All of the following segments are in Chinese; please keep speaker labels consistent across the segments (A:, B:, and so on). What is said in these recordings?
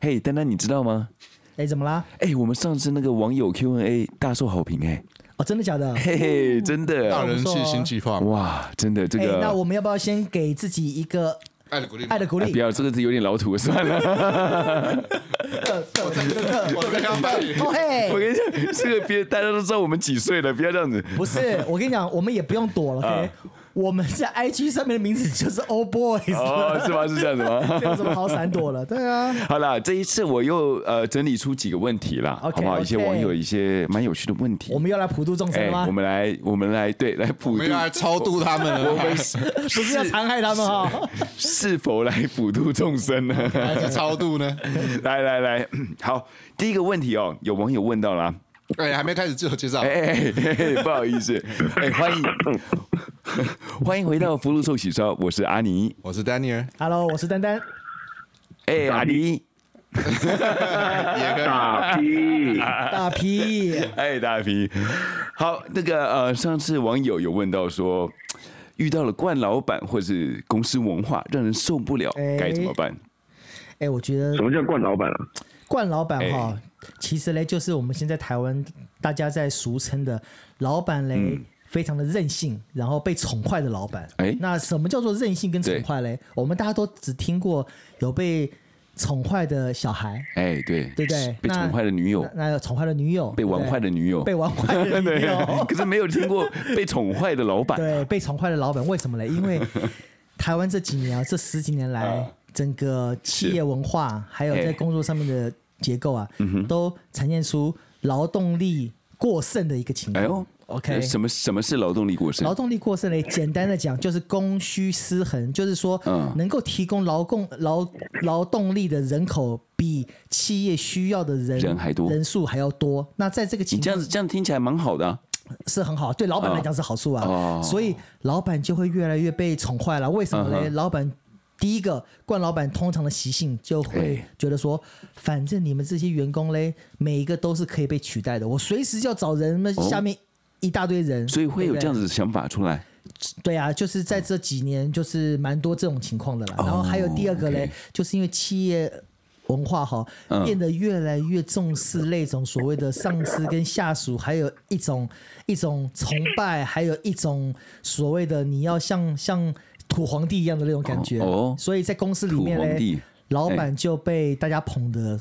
A: 嘿，丹丹，你知道吗？
B: 哎，怎么啦？
A: 哎、我们上次那个网友 Q&A 大受好评、哎，
B: 哦，真的假的？
A: 嘿
B: 嗯
A: 嘿，真
C: 大
A: 的，
C: 人
B: 不错
C: 是
B: 哦
C: 新计划嘛，
A: 哇，真 的这
B: 哎，
A: 个，
B: 那我们要不要先给自己一个
C: 爱的鼓励嘛，
B: 爱的鼓
A: 哎
B: 励
A: 不？要这个字有点老土，算了。
C: 我在刚办理。
B: 哦
A: 我
B: 嘿，
A: 跟你讲，这个别大家都知道我们几岁了，不要这样子。
B: 不是，我跟你讲，我们也不用 躲了，OK？我们在 IG 上面的名字就是 Old Boys，
A: 哦，是吗？是这样子 吗？
B: 这有什么好闪躲 了？对啊，
A: 好啦，这一次我又呃整理出几个问题啦
B: OK，
A: 好不好？一些
B: OK
A: 网友一些蛮有趣的问题哎
B: 我。们要来普度众生了吗
A: 我？们来，我们来，对，来普
C: 我
A: 啊度
C: 们，要来超度他们了，
B: 不是要残害他们哈？
A: 是否来普度众生呢？
C: 还是超 度呢？
A: 来来来，好，第一个问题哦，有网友问到啦，
C: 哎，还没开始自我介绍
A: 哎，哎、哎哎不好意思，哎、欢迎 欢迎回到福禄寿喜烧，我是阿尼，
C: 我是 Daniel，
B: Hello，我是丹丹。
A: 哎、阿尼，
C: 也可以
D: 打 屁，
B: 大 P，
A: 哎、大皮，好，那个呃，上次网友有问到说，遇到了惯老板或是公司文化让人受不了，
B: 哎
A: 该怎么办？
B: 哎，我觉得
D: 什么叫惯老板啊？
B: 冠老板
A: 哎
B: 哈，其实嘞就是我们现在台湾大家在俗称的老板嘞。非常的任性，然后被宠坏的老板。
A: 嗯哎
B: 那什么叫做任性跟宠坏嘞？我们大家都只听过有被宠坏的小孩，
A: 哎、对，
B: 对不对？
A: 被
B: 那
A: 宠坏的女友，
B: 那那有宠坏的女友，
A: 被玩坏的女友，
B: 对不对被玩坏 的女友，
A: 可是没有听过被宠坏的老板。
B: 对，被宠坏的老板，为 什么嘞？因为台湾这几年啊，这十几年来，整个企业文化还有在
A: 嘿
B: 工作上面的结构啊，
A: 嗯
B: 都呈现出劳动力过剩的一个情
A: 哎
B: 况。
A: 呦
B: OK，
A: 呃什么什么是劳动力过剩
B: 劳？动力过剩嘞，简单的讲就是供需失衡，就是说
A: 嗯
B: 能够提供劳供劳劳动力的人口比企业需要的人
A: 人还多
B: 人数还要多。那在这个
A: 你
B: 情
A: 这
B: 况
A: 样子这样听起来蛮好的、啊，
B: 是很好，对老板来讲是好处啊，
A: 哦
B: 所以老板就会越来越被宠坏了。为什么呢？
A: 嗯哼
B: 老板第一个惯老板通常的习性就会
A: 哎
B: 觉得说，反正你们这些员工嘞，每一个都是可以被取代的，我随时要找人们
A: 哦
B: 下面一大堆人，
A: 所以会有这样
B: 子。
A: 子的想法出来。
B: 对啊，就是在这几年，就是蛮多这种情况的啦。然后还有第二个嘞
A: 哦 OK，
B: 就是因为企业文化哈
A: 嗯
B: 变得越来越重视那种所谓的上司跟下属，还有一种一种崇拜，还有一种所谓的你要像像土皇帝一样的那种感觉。
A: 哦哦
B: 所以在公司里面
A: 土皇
B: 嘞
A: 帝，
B: 老板就被大家捧得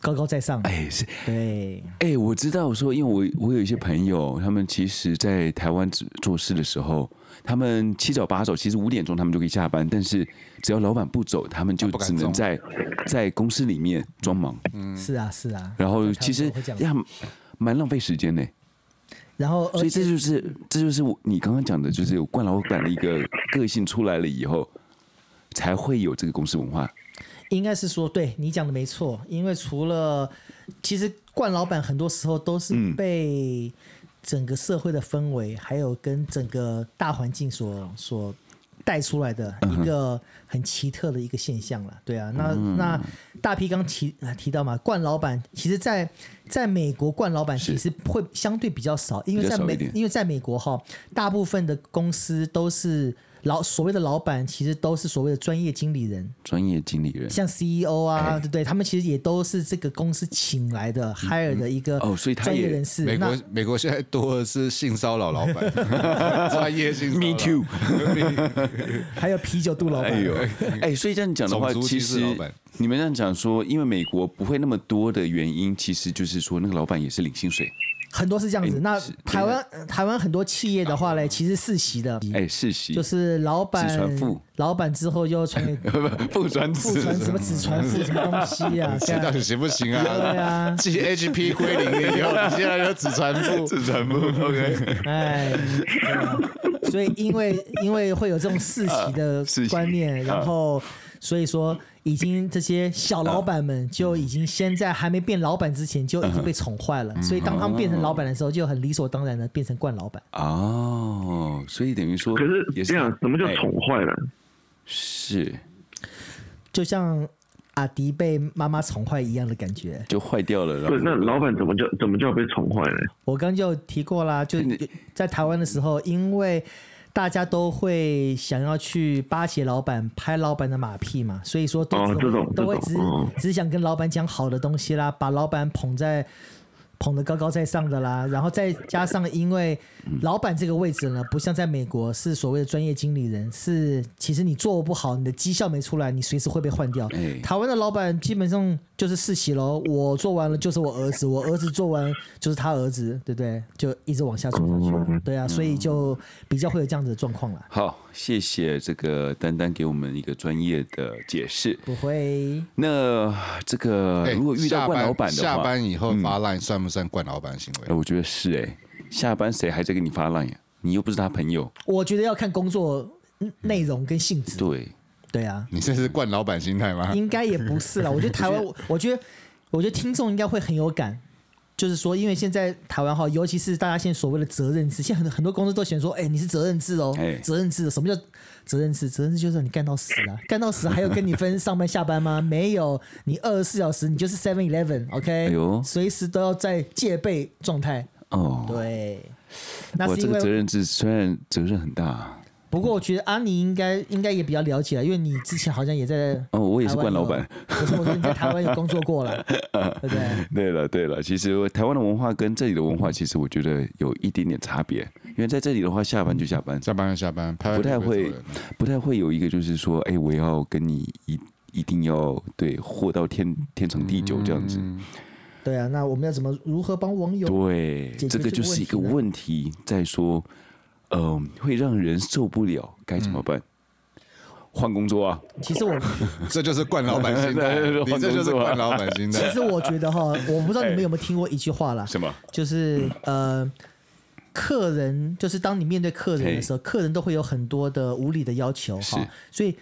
B: 高高在上。
A: 哎，是
B: 对，
A: 哎，我知道说，因为我我有一些朋友，他们其实，在台湾做做事的时候，他们七早八早，其实五点钟他们就可以下班，但是只要老板不走，他们就
C: 他不敢
A: 只能
C: 走嗯
A: 在在公司里面装忙，
B: 是啊，是啊。
A: 然后
B: 在台湾
A: 其实
B: 会这样
A: 呀，蛮浪费时间的。
B: 然后
A: 所
B: 而
A: 以这
B: 且
A: 就是这就是我你刚刚讲的，就是有冠老板的一个个性出来了以后，才会有这个公司文化。
B: 应该是说，对你讲的没错，因为除了其实冠老板很多时候都是
A: 嗯
B: 被整个社会的氛围，还有跟整个大环境所所带出来的
A: 嗯
B: 一个很奇特的一个现象了。对啊，那那大批刚提啊提到嘛，冠老板其实在在美国冠老板其实会相对比较少，因为
A: 比较
B: 在
A: 少一
B: 美
A: 点
B: 因为在美国哈，大部分的公司都是老所谓的老板，其实都是所谓的专业经理人。
A: 专业经理人
B: 像 CEO 啊，
A: 哎
B: 对不对？他们其实也都是这个公司请来的 hire 的一个
A: 嗯哦所以他
B: 专业
A: 也
B: 人士。
C: 美
B: 那
C: 国美国现在多的是性骚扰老 板，专业性骚扰
A: Me too
B: 还有啤酒肚老板，
A: 哎呦，哎，所以这样讲的话，
C: 种族
A: 其
C: 歧视
A: 实
C: 老板
A: 你们这样讲说，因为美国不会那么多的原因，其实就是说那个老板也是领薪水，
B: 很多是这样子。
A: 哎
B: 那
A: 是啊
B: 台湾呃台湾很多企业的话嘞，其实世袭的，
A: 哎，世袭
B: 就是老
A: 子
B: 板
A: 传父，
B: 老板之后又传给
A: 不不专
B: 父
A: 职，
B: 传什么子传父什么东西啊？这
C: 这到
B: 样
C: 底行不行
B: 对
C: 啊？
B: 啊，
C: 继 HP 归零以后，你现在有子传 部，
A: 子传不 OK，
B: 哎，对啊所以因为 因为会有这种世袭
D: 啊
B: 的
A: 世袭
B: 观念，然后所以说已经这些小老板们就已经先在还没变老板之前就已经被宠坏
D: 嗯
B: 了，所以当他们变成老板的时候，就很理所当然的变成惯老板。
A: 哦，所以等于说
D: 可是
A: 也
D: 这样，什么叫
A: 哎
D: 宠坏了？
A: 是
B: 就像阿迪被妈妈宠坏一样的感觉。
A: 就坏掉了，然
D: 不
A: 后
D: 是，那老板怎么叫怎么叫被宠坏呢？哎
B: 我刚就提过啦，就
A: 你
B: 在台湾的时候，因为大家都会想要去巴结老板、拍老板的马屁嘛，所以说都
D: 哦这种
B: 都会
D: 这
B: 只
D: 种哦
B: 只想跟老板讲好的东西啦，把老板捧在捧得高高在上的啦，然后再加上因为老板这个位置呢，不像在美国是所谓的专业经理人，是其实你做不好，你的绩效没出来，你随时会被换掉。
A: 哎
B: 台湾的老板基本上就是世袭喽，我做完了就是我儿子，我儿子做完就是他儿子，对不对？就一直往下做下去，对啊，所以就比较会有这样子的状况啦。
A: 好，谢谢这个丹丹给我们一个专业的解释。
B: 不会，
A: 那这个
C: 哎
A: 如果遇到
C: 下
A: 冠
C: 班
A: 老板的话，嗯
C: 下班以后发 line 算不算惯老板行
A: 哎，
C: 为？
A: 我觉得是哎、下班谁还在给你发 line 呀、你又不是他朋友，
B: 我觉得要看工作内容跟性质，
A: 对，
B: 对啊，
C: 你这是惯老板心态
A: 啊
C: 吗？
B: 应该也不是 啦。我觉得台湾，我我觉得，我觉得听众应该会很有感，就是说，因为现在台湾哈，尤其是大家现在所谓的责任制，现在很多很多公司都选说，哎、你是责任制哦
A: 哎，
B: 责任制，什么叫责任制？责任制就是你干到死啊， 干到死还有跟你分上班下班吗？ 没有，你二十四小时你就是 Seven Eleven，OK，、
A: 哎呦
B: 随时都要在戒备状态，
A: 哦，
B: 对。那
A: 我
B: 是
A: 这
B: 因
A: 个责
B: 为，
A: 任制虽然责任很大，
B: 不过我觉得安妮应该应该也比较了解了，因为你之前好像也在
A: 哦，我也是
B: 台湾
A: 冠老
B: 有
A: 板。，
B: 可是我说你在台湾有工作 过了，对不对？
A: 对了，对了，其实台湾的文化跟这里的文化，其实我觉得有一点点差别。因为在这里的话，下班就下班，
C: 下班就下班，拍完
A: 不太
C: 就
A: 会
C: 走人了
A: 不太会有一个就是说，哎，我要跟你一一定要对货到天天长地久这样子。
B: 对啊，那我们要怎么如何帮网友？
A: 对，
B: 解决
A: 这个
B: 这个
A: 就是一个
B: 问题呢
A: 问题。再说，嗯、会让人受不了，该怎么办？换工作啊！
B: 其实我
C: 这就是惯老板心态，
A: 对对对
C: 你这就是
A: 换工作啊
C: 惯老板心
B: 其
C: 态。。
B: 实我觉得哈，我不知道你们有没有听过一句话啦，
A: 什么？
B: 就是呃，客人就是当你面对客人的时候，客人都会有很多的无理的要求哈
A: 是，
B: 所以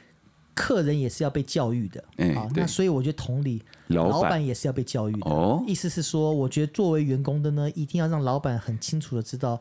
B: 客人也是要被教育的
A: 哎
B: 啊。
A: 对
B: 那所以我觉得同理，
A: 老板
B: 老板也是要被教育的。
A: 哦
B: 意思是说，我觉得作为员工的呢，一定要让老板很清楚的知道，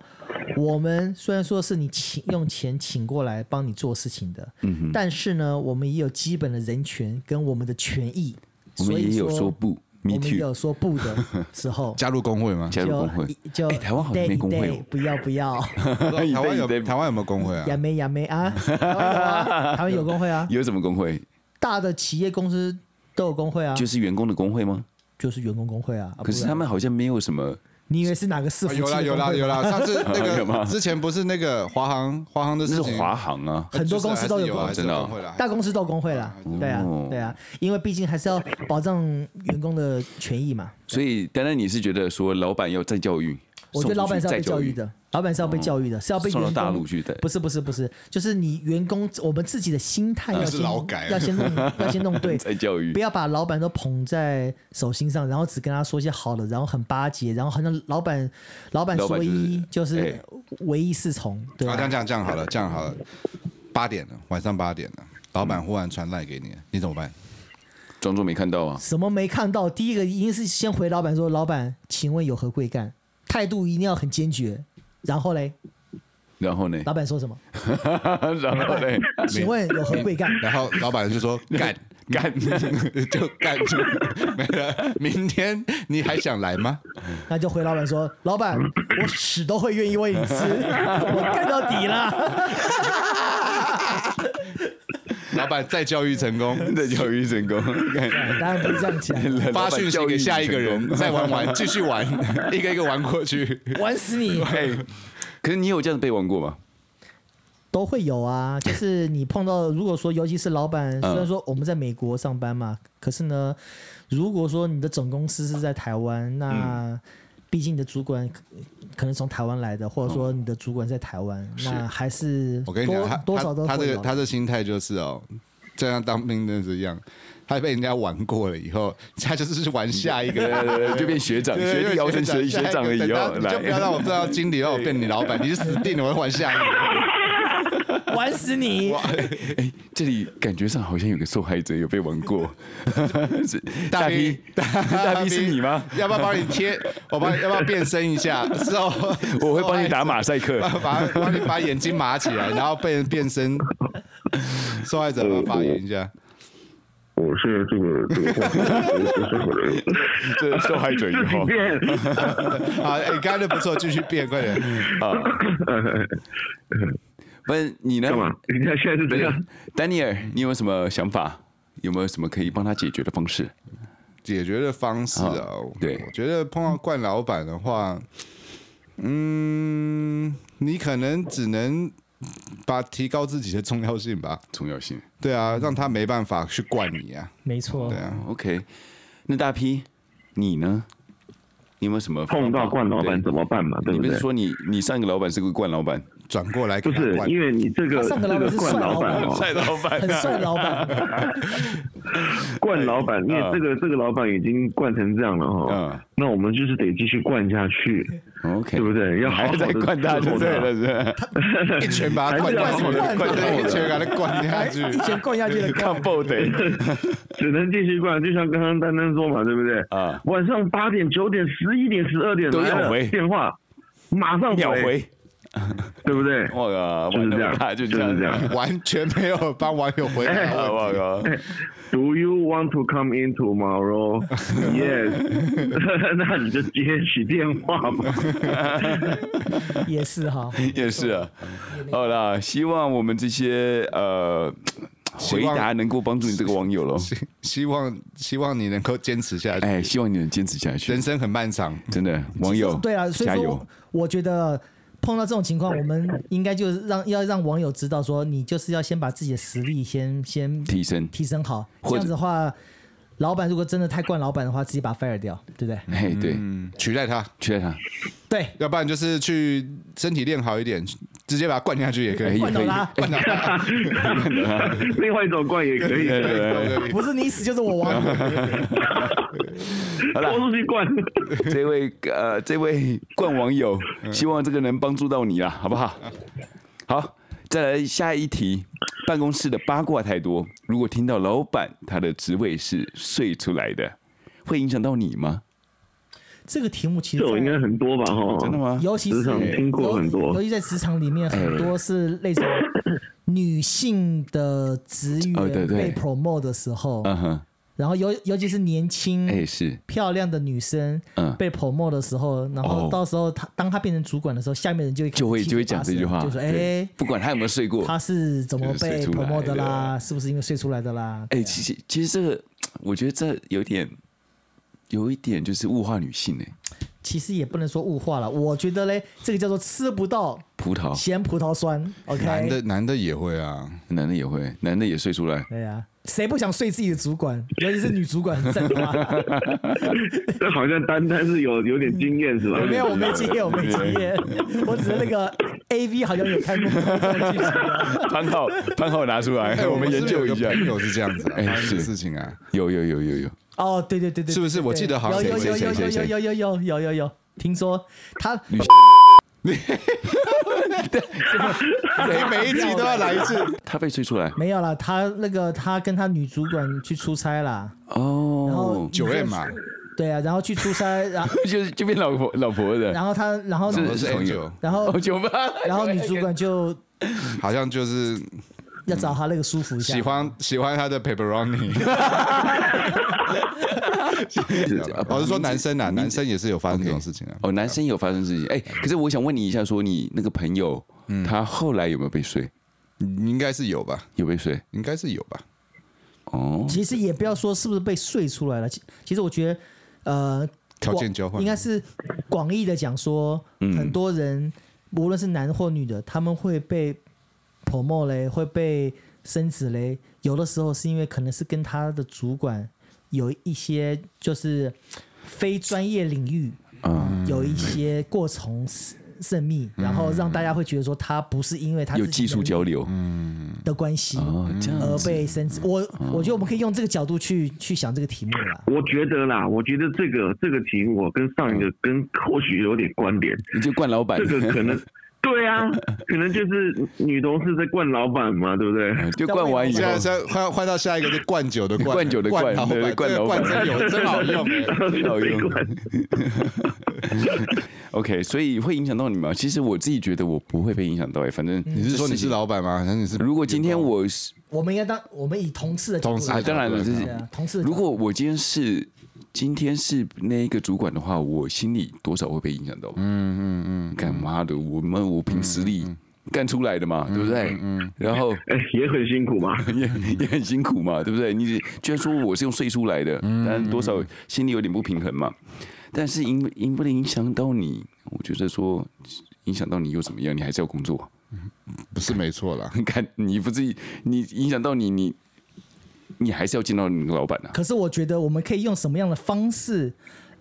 B: 我们虽然说是你请用钱请过来帮你做事情的，嗯、但是呢，我们也有基本的人权跟我们的权益。
A: 我们
B: 所以
A: 也有说不，me
B: 我们也
A: too，
B: 有说不的时候
C: 加入工会吗？
A: 加入工会。
B: 就就
A: 哎台湾好像
B: 一
A: 没
B: 堆
A: 工会
B: 一堆不要不要，
C: 台湾
A: 一堆一堆
C: 有台湾有没有工会 啊
B: 亚？美亚美 啊，台湾有啊台湾有工会啊，
A: 有什么工会？
B: 大的企业公司都有工会啊，
A: 就
B: 就是
A: 员工的工会吗？
B: 是员工工会啊。啊
A: 可是
B: 不然
A: 他们好像没有什么
B: 你以为是哪个伺服器
C: 有啦
B: 的
C: 啊有
B: 工
C: 啦
B: 会
C: 有啦，上次 那
A: 有吗
C: 个之前不是那个华航华航的
A: 那
C: 事
A: 是
C: 情，
A: 华航啊，
B: 很多公司都有
C: 有
B: 工
C: 啊，
B: 会
C: 还是
A: 真
C: 有
A: 的啊
C: 工会啦。
B: 大公司都有工会啦，对啊
A: 哦
B: 对啊，因为毕竟还是要保障员工的权益嘛。
A: 所以丹丹，你是觉得说老板要再教育？
B: 我觉得老板是要被
A: 送
B: 教
A: 出去
B: 育
A: 再哦
B: 的，老板是要被教育的，是要被
A: 送到
B: 员
A: 大
B: 工
A: 陆去的
B: 不是不是不是，就是你员工我们自己的心态要
C: 那是
B: 先
C: 劳改啊
B: 要先弄要先弄对，
A: 再教育
B: 不。要把老板都捧在手心上，然后只跟他说些好的，然后很巴结，然后好像老板老板
A: 老板
B: 说一
A: 就哎
B: 就是是唯一是从，对
C: 啊，这
B: 吧
C: 样？这样这样好了，这样好了，八点了，晚上八点了，老板忽然传赖给你，你怎么办？
A: 装作没看到啊！
B: 什么没看到？第一个一定是先回老板说：“老板，请问有何贵干？”态度一定要很坚决。然后嘞，
A: 然后呢？
B: 老板说什么？
A: 然后呢？
B: 请问有何贵干？
C: 然后老板 就说干干 就干住没了。明天你还想来吗？
B: 那就回老板说：“老板，
C: 嗯
B: 我屎都会愿意喂 你吃，我干到底了。
C: 老板再教育成功，
A: 再教育成功，看”
B: 当然不是这样 讲，
C: 发讯息给下一个人，再玩玩，继续 玩，一个一个玩过去。
B: 玩死你！
A: 哎，可是你有这样被玩过吗？
B: 都会有啊，就是你碰到，如果说尤其是老
C: 嗯
B: 板，虽然说我们在美国上班嘛，可是呢，如果说你的总公司是在台湾，
C: 嗯
B: 那毕竟你的主管可可能从台湾来的，或者说你的主管在台湾，那还是
C: 嗯
B: 多
C: 我跟你讲，他
B: 多少
C: 他
B: 都
C: 他这
B: 会
C: 个
B: 有。
C: 他这心态就是哦，就像当兵那是一样，他被人家玩过了以后，他就是去玩下一
A: 对
C: 个。
A: 对对，就变学长，
C: 对
A: 学弟摇成学学长了以后，
C: 你就不要让我
A: 来，
C: 知道经理让我变你老板，你就死定了，我会玩下一个。
B: 玩死你！
A: 哎，这里感觉上好像有个受害者有被玩 过，是
C: 大
A: P，
C: P，
A: 大 P 是你吗？
C: 要不要帮你贴？我帮你要不要变身一下？之后
A: 我会帮你打马赛 克
C: 把，把帮你把眼睛麻起来，然后被人变身。受害者要不要发言一下，
D: 我现在这个这个话题， 我不是很能
A: 这受害者以
D: 自己
A: 后。
D: 变。 嗯
C: 好，哎、刚才那不错，继续变，快点。
A: 啊，不然你呢
D: 呃干？嘛？你看现在是怎样？
A: 丹尼尔，你有没有什么想法？有没有什么可以帮他解决的方式？
C: 解决的方式啊
A: 哦，
C: 我
A: 对
C: 我觉得碰到惯老板的话，嗯，你可能只能把提高自己的重要性吧。
A: 重要性。
C: 对啊，让他没办法去惯你啊。
B: 没错
C: 对，啊，
A: OK，那大 P，你呢？你有没有什么
D: 碰到
A: 方
D: 惯
A: 法
D: 老板
A: 对
D: 怎么办嘛？对
A: 你
D: 不
A: 不是
D: 对？
A: 说你你上一个老板是个惯老板，
C: 转过来给
D: 不
C: 他
D: 是
C: 惯，
D: 因为你这个
B: 他上
D: 这
B: 个老板
D: 个
B: 是
D: 惯
B: 帅老
D: 老板
B: 板
D: 哦，
A: 老板
B: 很帅老板，
D: 惯老板，因为这个这个老板已经惯成这样了
A: 嗯
D: 哈，那我们就是得继续惯下去，
A: OK，
D: 对不对？要好
A: 还
D: 好
A: 是在
D: 的
A: 惯他就
D: 啊
A: 对了，是不是？
C: 一拳把他
D: 还
C: 灌
D: 是要
C: 下去，
D: 好好哎地
B: 惯他
C: 对一拳把他灌下去。
B: 哎一拳灌下 去的
A: 看
B: 灌。
A: 爆 的
D: 只能继续灌，就像刚刚丹丹说嘛，对不对？
A: 啊，
D: 晚上八点、九点、十一点、十二点
A: 都
D: 来
A: 要
D: 了
A: 回
D: 电话，马上
A: 秒
D: 回，
A: 回，
D: 对不对？
A: 我靠，
D: 就是这
A: 完了吧就这
D: 样，就是
A: 样
D: 这样。。
C: 完全没有帮网友回
D: 哎
C: 答
A: 啊
C: 问
A: 我
C: 题。
A: 靠，
D: Do you want to come in tomorrow? yes，那你就接起电话 吧。
B: 也是哈，
A: 也是啊。好啦，希望我们这些呃
C: 希
A: 回
C: 望
A: 答能够帮助你这个网友喽。
C: 希 希望希望你能够坚持下去，
A: 哎，希望你能坚持下去
C: 人，生很漫长，
A: 真的，网友
B: 对啊，所以
A: 加
B: 说
A: 油。
B: 我觉得碰到这种情况，我们应该就是让要让网友知道说，你就是要先把自己的实力先先
A: 提升，
B: 提升好，
A: 或
B: 这
A: 者
B: 样子的话，老板如果真的太惯老板的话，直接把他 fire 掉，对不对？
A: 哎，对，
C: 嗯，取代他，
A: 缺他，
B: 对，
C: 要不然就是去身体练好一点，直接把他灌下去也可
A: 哎
C: 以。
A: 也
B: 惯
A: 可
B: 到
A: 以，
B: 他，
C: 灌到他，
D: 另外一种惯也可以，
A: 哎 对对对。
C: 对
B: 不是你死就是我亡。
A: 好啦
D: 豁出去惯。
A: 这位呃，这位冠网友，希望这个能帮助到你啦，好不好？好，再来下一题。办公室的八卦太多，如果听到老板他的职位是睡出来的，会影响到你吗？
B: 这个题目其
D: 这
B: 实
D: 种应该很多吧？哈，
A: 真的？吗？
B: 尤其是
D: 职场听过很多
B: 尤，尤其在职场里面，很多是类似女性的职
A: 哦对
B: 员
A: 对
B: 被 promote 的时候，
A: 嗯哼，
B: 然后尤尤其是年轻、
A: 哎是，
B: 漂亮的女生
A: 嗯
B: 被 promote 的时候，然
A: 哦
B: 后到时候她当她变成主管的时候，下面人就会
A: 就会
B: 七嘴
A: 就会讲
B: 八
A: 这
B: 舌
A: 句话，
B: 就说
A: 对
B: 哎，
A: 不管他有没有睡过，
B: 她是怎么
A: 就是睡
B: 被
A: 出来
B: promote
A: 的
B: 的啦？是不是因为睡出来的啦？
A: 哎、其实其实这个，我觉得这有点，有一点就是物化女性哎、
B: 其实也不能说物化了，我觉得嘞，这个叫做吃不到
A: 葡萄
B: 咸葡萄酸。
C: 男
B: OK，
C: 的男的也会啊，
A: 男的也会，男的也睡 出来，
B: 对呀、谁不想睡自己的主管，尤其是女主管，真 的吗？
D: 这好像单单是有有点经验是吧？
B: 没有，我没经验，我没经验，我只是那个 A V 好像有看过这种剧情的。
A: 番号番号拿出来，哎我们研究一下
C: 哎是不是有个。朋友是这样子啊，
A: 哎
C: 发生的
A: 是
C: 事情啊，
A: 有有有有有，
B: 哦，对对对对，
C: 是不是
B: 对对
C: 我记得好像
B: 有
A: 谁
B: 有有
A: 谁谁
B: 有
A: 谁
B: 有有有有有有有，听说他
A: 女
C: 每每一集都要来一次。
A: 她被吹出来
B: 没有啦，他那个他跟他女主管去出差啦，然后
A: 哦，
C: 九 M 嘛，
B: 对啊，然后去出差，然后
A: 就是就变老婆老婆的，
B: 然后他然后
A: 是
C: 我是
A: 同一个
C: Angel，
B: 然后
A: 哦酒吧，
B: 然后女主管就
C: 好像就是
B: 要找他那个舒服一下，
C: 喜欢喜欢他的 pepperoni。我是说男生啊，男生也是有发生这种事情啊。
A: 哦，男生也有发生事情，哎，可是我想问你一下，说你那个朋友，他后来有没有被睡？
C: 你应该是有吧？
A: 有被睡？
C: 应该是有吧？
A: 哦，
B: 其实也不要说是不是被睡出来了，其其实我觉得，呃，
C: 条件
B: 广
C: 交换
B: 应该是广义的讲说，
A: 嗯
B: 很多人无论是男或女的，他们会被 promo 嘞，会被升职嘞，有的时候是因为可能是跟他的主管有一些就是非专业领域
A: 嗯，
B: 有一些过从甚甚密，然后让大家会觉得说他不是因为他
A: 有
B: 自己
A: 技术
B: 能力
A: 交流
B: 的关系。
A: 哦，这样
B: 而
A: 子嗯哦
B: 被升职。我我觉得我们可以用这个角度去去想这个题目啦。
D: 我觉得啦，我觉得这个这个题目我跟上一个跟或许有点关联，
A: 你就惯老板
D: 这，个可能。对啊，可能就是女同事在惯老板嘛，对不对？
A: 嗯就惯完以
C: 现
A: 后
C: 在。现在换换到下一个，就灌酒的灌，
A: 灌酒的灌
C: 老
A: 对对
C: 板，
A: 灌
C: 这个
A: 老板
C: 灌真有真 好 用欸。
A: 好用。OK，所以会影响到你吗？其实我自己觉得我不会被影响到、欸，反正
B: 嗯
C: 你是说你是
A: 老？
C: 老板吗？还是你是？
A: 如果今天我是
B: 我们应该当我们以同事的角
C: 同
B: 度
C: 事
A: 啊，
B: 来
A: 当然了，就
B: 对
A: 是
B: 啊，同事的角
A: 如
B: 度
A: 果我今天是今天是那一个主管的话，我心里多少会被影响到。嗯嗯嗯，干嘛的？我们我凭实力干出来的嘛，对不对？嗯，然后
D: 哎、也很辛苦嘛。
A: 也也很辛苦嘛，对不对？你居然说我是用税出来的，但多少心里有点不平衡嘛。但是影影不能影响到你，我觉得说影响到你又怎么样？你还是要工作啊。
C: 不是没错啦。
A: 看你不是你影响到你，你你还是要见到你那个老板啊。
B: 可是我觉得我们可以用什么样的方式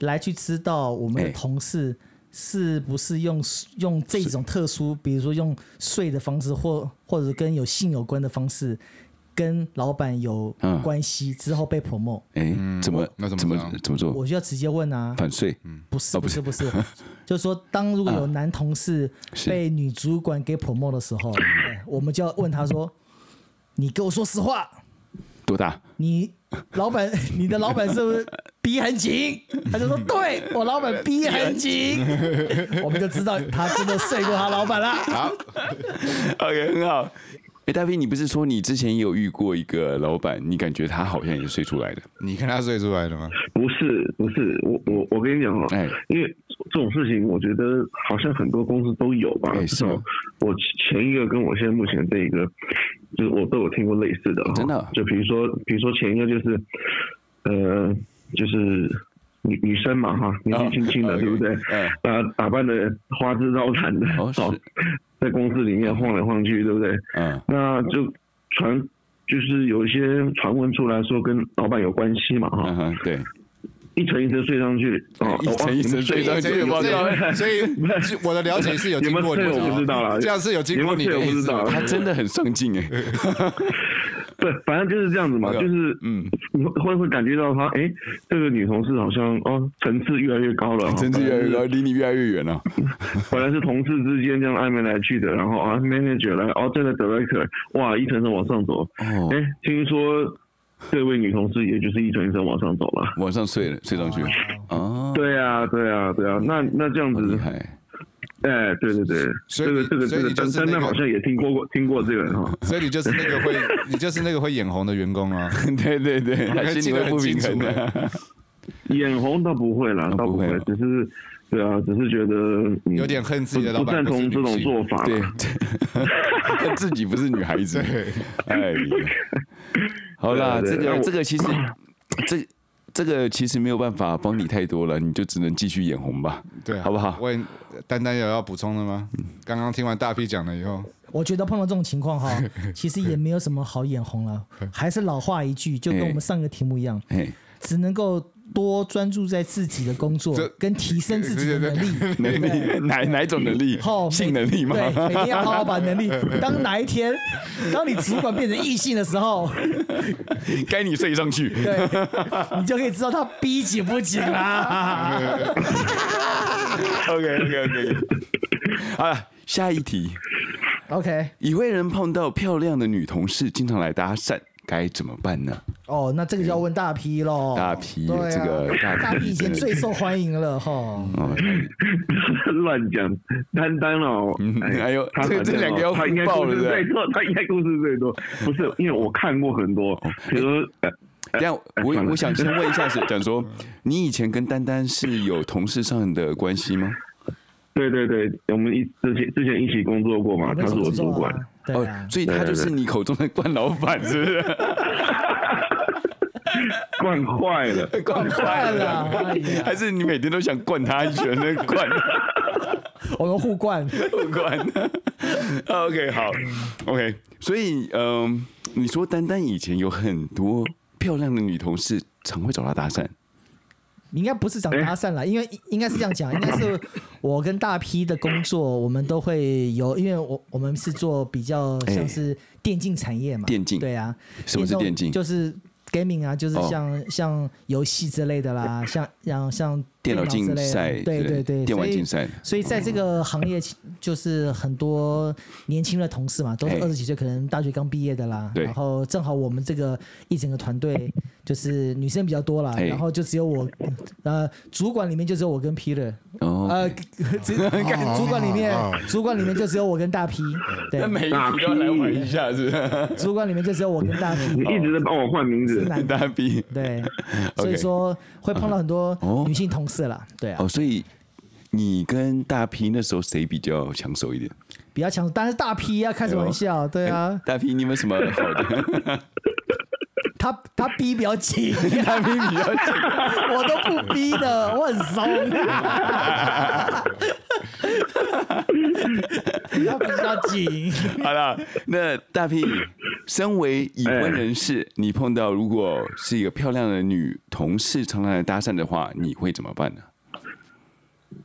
B: 来去知道我们
A: 哎
B: 的同事是不是用用这种特殊，比如说用税的方式，或或者跟有性有关的方式，跟老板有
A: 嗯
B: 关系之后被 promote，、
A: 哎，怎么
C: 那怎么
A: 怎么
C: 讲
A: 怎么做？
B: 我就要直接问啊，
A: 反税？
B: 不是不是不是， 就是说当如果有男同事
A: 是
B: 被女主管给 promote 的 时候，哎我们就要问他说，你给我说实话。
A: 多大？
B: 你老板， 你的老板是不是逼很紧？他就说，对我老板逼很紧，我们就知道他真的睡过他老板 了。
A: OK，很好。哎，大飞，你不是说你之前也有遇过一个老板，你感觉他好像也是睡出来的？
C: 你看他睡出来的吗？
D: 不是不是，我我我跟你讲哦，
A: 哎
D: 因为这种事情，我觉得好像很多公司都有吧。
A: 哎
D: 至
A: 是
D: 少
A: 吗
D: 我前一个跟我现在目前这一个，就是我都有听过类似的、哦。
A: 真的
D: 就比如说，比如说前一个就是，呃，就是。女女生嘛哈，年纪轻轻的，
A: 哦
D: 对不对
A: OK，哎？
D: 打打扮的花枝招展的，
A: 哦是哦
D: 到 在公司里面晃来晃去，对不对？
A: 嗯，
D: 那就传就是有一些传闻出来说跟老板有关系嘛哈，
A: 嗯哼，对，
D: 一层一层睡上去，哦，
A: 一层一层睡上去
C: 所以
A: 报告
C: 所以所以我的了解是有经过你
D: 你
C: 的，
D: 们睡我不知道啦
C: 这样是有经过你的意
D: 你
C: 思
D: 们睡我不
C: 的
D: 知道。
A: 他真的很上进哎。
D: 对，反正就是这样子嘛，
A: 那个
D: 就是
A: 嗯，
D: 你会会感觉到她，哎，这个女同事好像哦层次越来越高了，
A: 真是越来越哦高，离你越来越远了。
D: 本来是同事之间这样暧昧来去的，然后啊 manager 来，哦这个 director，哇一层层往上走，
A: 哦
D: 哎，听说这位女同事也就是一层一层往上走了。
A: 晚上睡了，睡上去了。哦，
D: 对啊，对啊，对啊，那那这样
A: 好
D: 子
A: 厉，害！
D: 哎，对对对，
C: 所以
D: 这个
C: 你
D: 这个
C: 所
D: 这
C: 以
D: 个
C: 你就
D: 丹
C: 是
D: 丹
C: 那
D: 丹
C: 个
D: 好像也听过过听过这个哦哈，
C: 所以你就是那个 会，你就是那个会眼红的员工啊。
D: 嗯
A: 对对对，
C: 我
A: 他
C: 还
A: 心
C: 记
A: 里
C: 得
A: 会
C: 很
A: 不
C: 清
A: 平衡
C: 楚哎
A: 的。
D: 眼红倒不会啦，
A: 哦
D: 倒
A: 不
D: 不
A: 会
D: 会
A: 哦，
D: 只是对啊，只是觉得嗯
C: 有点恨自己的
D: 不
C: 老
D: 不
C: 板
D: 赞
C: 不是
D: 同这
C: 女
D: 种
C: 性
D: 做法，
A: 对， 他自己不是女孩子。哎呀，好啦，
D: 对
A: 这
D: 对那
A: 个
D: 我
A: 这个其实这这个其实没有办法帮你太多了，你就只能继续眼红吧，
C: 对啊，
A: 好不好？
C: 问丹丹有要补充的吗？刚刚听完大 P 讲了以后，
B: 我觉得碰到这种情况 哈，其实也没有什么好眼红 了，还是老话一句，就跟我们上个题目一样，
A: 嘿，
B: 只能够多专注在自己的工作
C: 这，
B: 跟提升自己的能力。
A: 能力 哪哪一种能 力
B: 后？
A: 性能力吗？
B: 对，每天要好好把能力。当哪一天，当你主管变成异性的 时候，
A: 该你睡上去。
B: 对，你就可以知道他逼紧不紧啊啦。
A: OK OK OK。好了，下一题。
B: OK，
A: 已婚人碰到漂亮的女同事，经常来搭讪，该怎么办呢？
B: 哦，那这个就要问大 P 喽。
A: 大 P，
B: 对啊
A: 这个大 P
B: 大 P 以前最受欢迎了哈。
A: 哦
D: 乱讲，丹丹哦
A: 嗯，哎呦
D: 他
A: 这
D: 反正
A: 这两个要
D: 哦他应该
A: 爆
D: 故
A: 了
D: 事
A: 对不对
D: 最多，他应该故事最多，不是因为我看过很多，比如说呃
A: 等一下我我想先问一下，是讲 说你以前跟丹丹是有同事上的关系吗？
D: 对对对，我们一之前之前一起工作过
B: 哦
D: 嘛，他是我主管，
B: 对
A: 哦
B: 啊，
A: 所以他就是你口中的冠老板，是不 是？
D: 惯坏了。
A: 惯坏
B: 了哎呀
A: 还是你每天都想灌他一拳的 灌
B: 我们互冠。
A: 不灌？OK，好，OK。所以，嗯，你说丹丹以前有很多漂亮的女同事，常会找他搭讪。
B: 你应该不是讲
A: 哎
B: 搭讪啦，因为应该是这样讲，应该是我跟大 P 的工作，我们都会有，因为我我们是做比较像是电竞产业嘛，
A: 哎电竞
B: 对啊，
A: 什么是
B: 动
A: 电竞
B: 就是 gaming 啊，就是
A: 哦哎
B: 像、像游戏之类的啦，像像像
A: 电脑
B: 之类
A: 竞
B: 的
A: 赛，
B: 对对对，
A: 电玩竞赛，
B: 所以在这个行业，就是很多年轻的同事嘛，都是
A: 哎
B: 二十几岁，可能大学刚毕业的啦。
A: 对
B: 然后正好我们这个一整个团队就是女生比较多啦，
A: 哎
B: 啊然后就只有我，呃，主管里面就只有我跟 Peter，
A: 哦，
B: 呃， 只 主管里面
C: 哦
B: 主管里面就只有我跟大 P，对
A: 那，每一题都要来玩一下，是不是？
B: 主管里面就只有我跟大 P，
D: 你一直在帮我换名字
B: 是，男的，
A: 大 B
B: 对，所以说会碰到很多
A: 哦
B: 女性同事啦，对啊
A: 哦，。所以你跟大 P 那时候谁比较抢手一点？哎
B: 比较强，当然是大 P 啊，开什么玩笑？对啊，
A: 大 P，你有没有什么好的？
B: 他他逼比较紧，
A: 大 P 比较紧，
B: 我都不逼的，我很 松、他比较紧，
A: 好了，那大 P，身为已婚人士，你碰到如果是一个漂亮的女同事常常来搭讪的话，你会怎么办呢？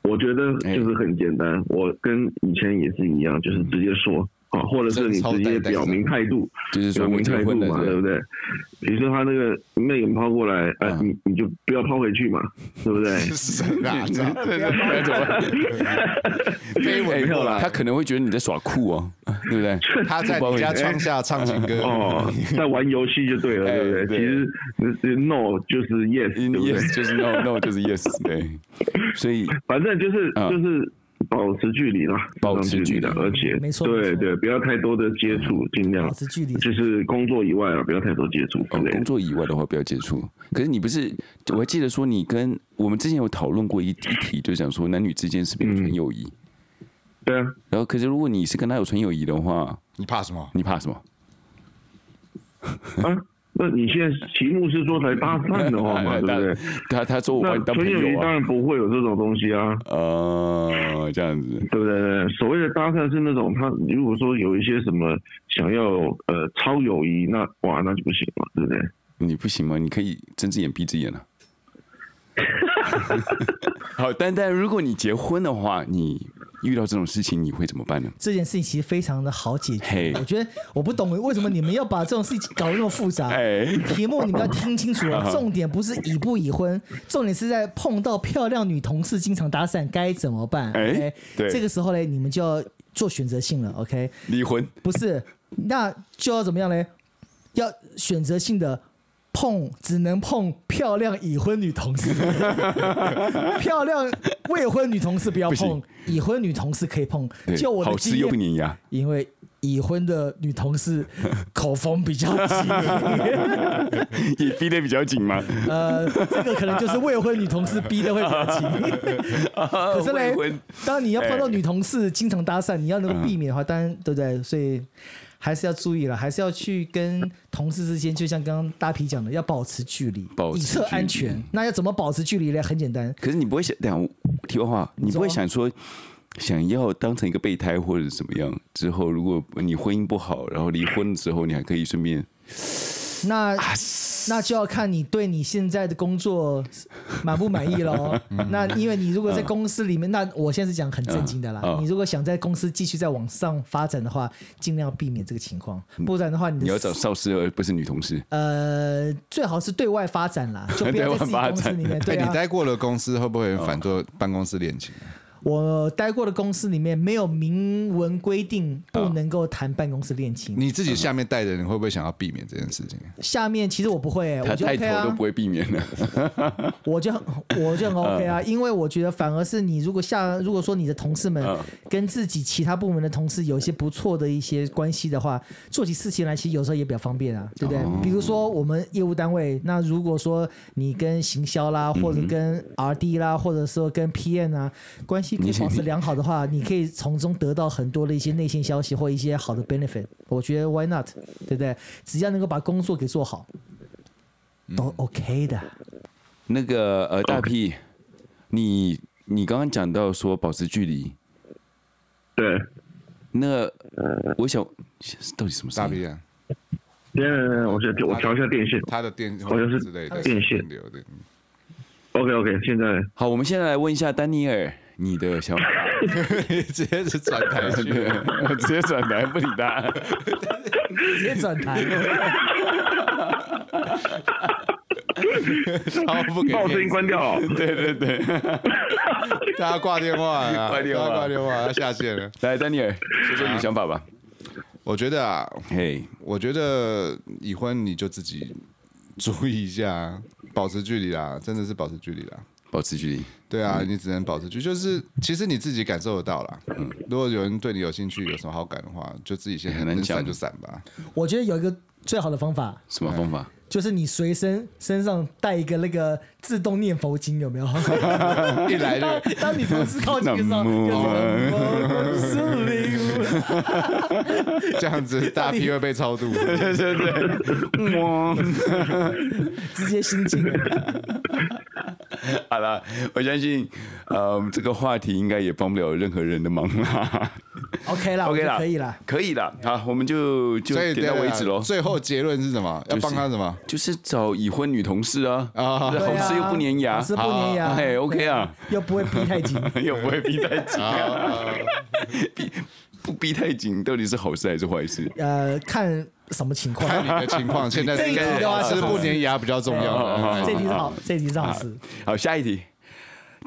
D: 我觉得就是很简单，我跟以前也是一样，就是直接说啊，或者是你直接表明态度，
A: 就是说
D: 表
A: 我
D: 明
A: 结
D: 态度
A: 婚了，
D: 嘛，
A: 是
D: 对
A: 不
D: 不
A: 是
D: 对？比如说他那个那个抛过来，呃，
A: 嗯
D: 你你就不要抛回去嘛，对不对？
C: 神啊，这样
A: 对对对，怎么办？
C: 飞
A: 哎
C: 吻过来，
A: 他可能会觉得你在耍酷哦，对不对？
C: 他在你家窗下唱情歌，
D: 哦，在玩游戏就对了，
A: 哎
D: 对不
A: 对
D: 对？其实呃 no 就是 yes，对
A: In
D: 不 对？
A: yes 就是 no，no 就是 yes，对，所以
D: 反正就是
A: 嗯
D: 就是保持距离啦，
A: 保持距离
D: 保持距离的，而且
B: 没错没
D: 对
B: 错嗯
D: 对，不要太多的接触，尽量
B: 保持距离
D: 就是工作以外啊，不要太多接触之
A: 哦，
D: 类
A: 工
D: 的。
A: 作以外的话不要接触。可是你不是，我还记得说你跟我们之前有讨论过一一题，就是讲说男女之间是不是有纯友谊。
D: 对啊，
A: 然后，可是如果你是跟他有纯友谊的话，
C: 你怕什么？
A: 你怕什么？
D: 啊，那你现在题目是说来搭讪 的 话嘛，对不对？
A: 哎他他说我把
D: 那
A: 你当
D: 纯
A: 朋
D: 友谊
A: 友
D: 当
A: 啊，
D: 然不会有这种东西啊，
A: 哦，这样子，
D: 对不对？所谓的搭讪是那种他如果说有一些什么想要呃超友谊，那哇那就不行了，对不对？
A: 你不行吗？你可以睁只眼闭只眼啊。 好，但但如果你结婚的话，你遇到这种事情你会怎么办呢？
B: 这件事情其实非常的好解
A: 嘿
B: 决。我觉得我不懂为什么你们要把这种事情搞得那么复杂。
A: 哎
B: 题目你们要听清 楚了，重点不是已不已婚，重点是在碰到漂亮女同事经常搭讪该怎么办。
A: 哎
B: OK？
A: 对
B: 这个时候嘞，你们就要做选择性了。OK，
A: 离婚
B: 不是，那就要怎么样嘞？要选择性的碰，只能碰漂亮已婚女同 事，漂亮未婚女同事不要碰
A: 不，
B: 已婚女同事可以碰
A: 对。
B: 就我的
A: 好
B: 经
A: 吃又不
B: 验，
A: 粘牙，
B: 因为已婚的女同事口风比较紧，
A: 也逼得比较紧 嘛。
B: 呃，这个可能就是未婚女同事逼的会比 较紧。可
A: 可
B: 是嘞，当你要碰到女同事经常
A: 哎
B: 搭讪，你要能够避免的话，当然对不对？所以还是要注意了，还是要去跟同事之间，就像刚刚大皮讲的，要保持距离
A: 保，持
B: 以测
A: 距离
B: 安全。那要怎么保持距离呢？很简单，
A: 可是你不会想，等一下我题外话，你不会
B: 说
A: 想说想要当成一个备胎或者怎么样？之后如果你婚姻不好，然后离婚之后，你还可以顺便啊
B: 那那就要看你对你现在的工作满不满意 喽。
A: 嗯
B: 那因为你如果在公司里面，那我现在是讲很正经的啦
A: 嗯。嗯
B: 你如果想在公司继续再往上发展的话，尽量避免这个情况，不然的话，
A: 嗯
B: 你
A: 你
B: 的
A: 要找少师而不是女同事，
B: 呃，最好是对外发展 啦，就不要在自己公司里面。
C: 哎，
B: 对
C: 你
B: 啊，
C: 待过了公司，会不会很
A: 哦
C: 反对办公室恋情？
B: 我待过的公司里面没有明文规定不
A: 啊
B: 能够谈办公室恋情。
C: 你
A: 嗯
C: 自己下面带的人会不会想要避免这件事情？
B: 下面其实我不会、欸，
A: 他
B: 我就
A: 带
B: OK
A: 头都
B: 啊
A: 不，会避免的。
B: 我就很我就很 OK 啊，因为我觉得反而是你如果下如果说你的同事们
A: 嗯
B: 跟自己其他部门的同事有一些不错的一些关系的话，做起事情来其实有时候也比较方便啊，对不对？比如说我们业务单位，那如果说你跟行销啦，或者跟 RD 啦，或者说跟 PM 啊关系可以保持良好的话，你可以从中得到很多的一些内线消息或一些好的 benefit。我觉得 why not，对不对？只要能够把工作给做好，都 OK 的。
A: 那个呃，大 P，你你刚刚讲到说保持距离，
D: 对，
A: 那我想到底什么事
C: 大？B 啊，
D: 现在我先我调一下电线。
C: 他的电
D: 好像是
C: 之类的
D: 电线
C: 流的，
D: OK OK，现在
A: 好，我们现在来问一下丹尼尔，你的想法？
C: 直接是转台去了。
A: 直接转台不理他。
B: 直接转台，
C: 超不给
D: 把我声
C: 面
D: 音
C: 子，
D: 关掉哦。
A: 对对对，
C: 大家挂电话了，
A: 挂电话
C: 大家挂电话，要下线了。
A: 来，丹尼尔，说说你的想法吧。
C: 我觉得啊，
A: 嘿，
C: 我觉得已婚你就自己注意一下，保持距离啦，真的是保持距离啦。
A: 保持距离。
C: 对
A: 嗯
C: 啊，你只能保持距，就是其实你自己感受得到啦。如果有人对你有兴趣，有什么好感的话，就自己先
A: 嗯很难
C: 能
A: 讲
C: 闪就闪吧。
B: 我觉得有一个最好的方法，
A: 什么方法？
B: 就是你随身身上带一个那个自动念佛经，有没有？
C: 一 来
B: 当
C: 就
B: 当你同事靠近的时候，嗯就
A: 南
B: 是
A: 无
B: 我是 灵物，
C: 这样子，大 P 会被超度。
A: 对对嗯对，哇！
B: 直接心境了。
A: 好了，我相信，呃，这个话题应该也帮不了任何人的忙啦。
B: OK 啦
A: OK
B: 我觉得
A: 啦，
B: 可以啦，
A: 可以啦。好，我们就 就
C: 嗯所以
A: 点到
C: 对
A: 为
C: 啊
A: 止喽。
C: 最后结论是什么？
A: 就
C: 要
A: 是
C: 帮他什么？
A: 就是找已婚女同事啊，
C: 啊
A: 这好吃又不粘牙
B: 好，吃不粘牙，
A: 哎，OK 啊
B: 对，又不会逼太紧。
A: 又不会逼太紧，
C: 啊，
A: 不 逼太紧到底是好事还是坏事？
B: 呃，看什么情 况。
C: 看你的情况，现在
B: 这一
C: 应
B: 题的
C: 该
B: 话是
C: 吃不粘牙比较
B: 哦
C: 重
A: 嗯
C: 要。
B: 这题是好，这题是好事。
A: 好，下一题，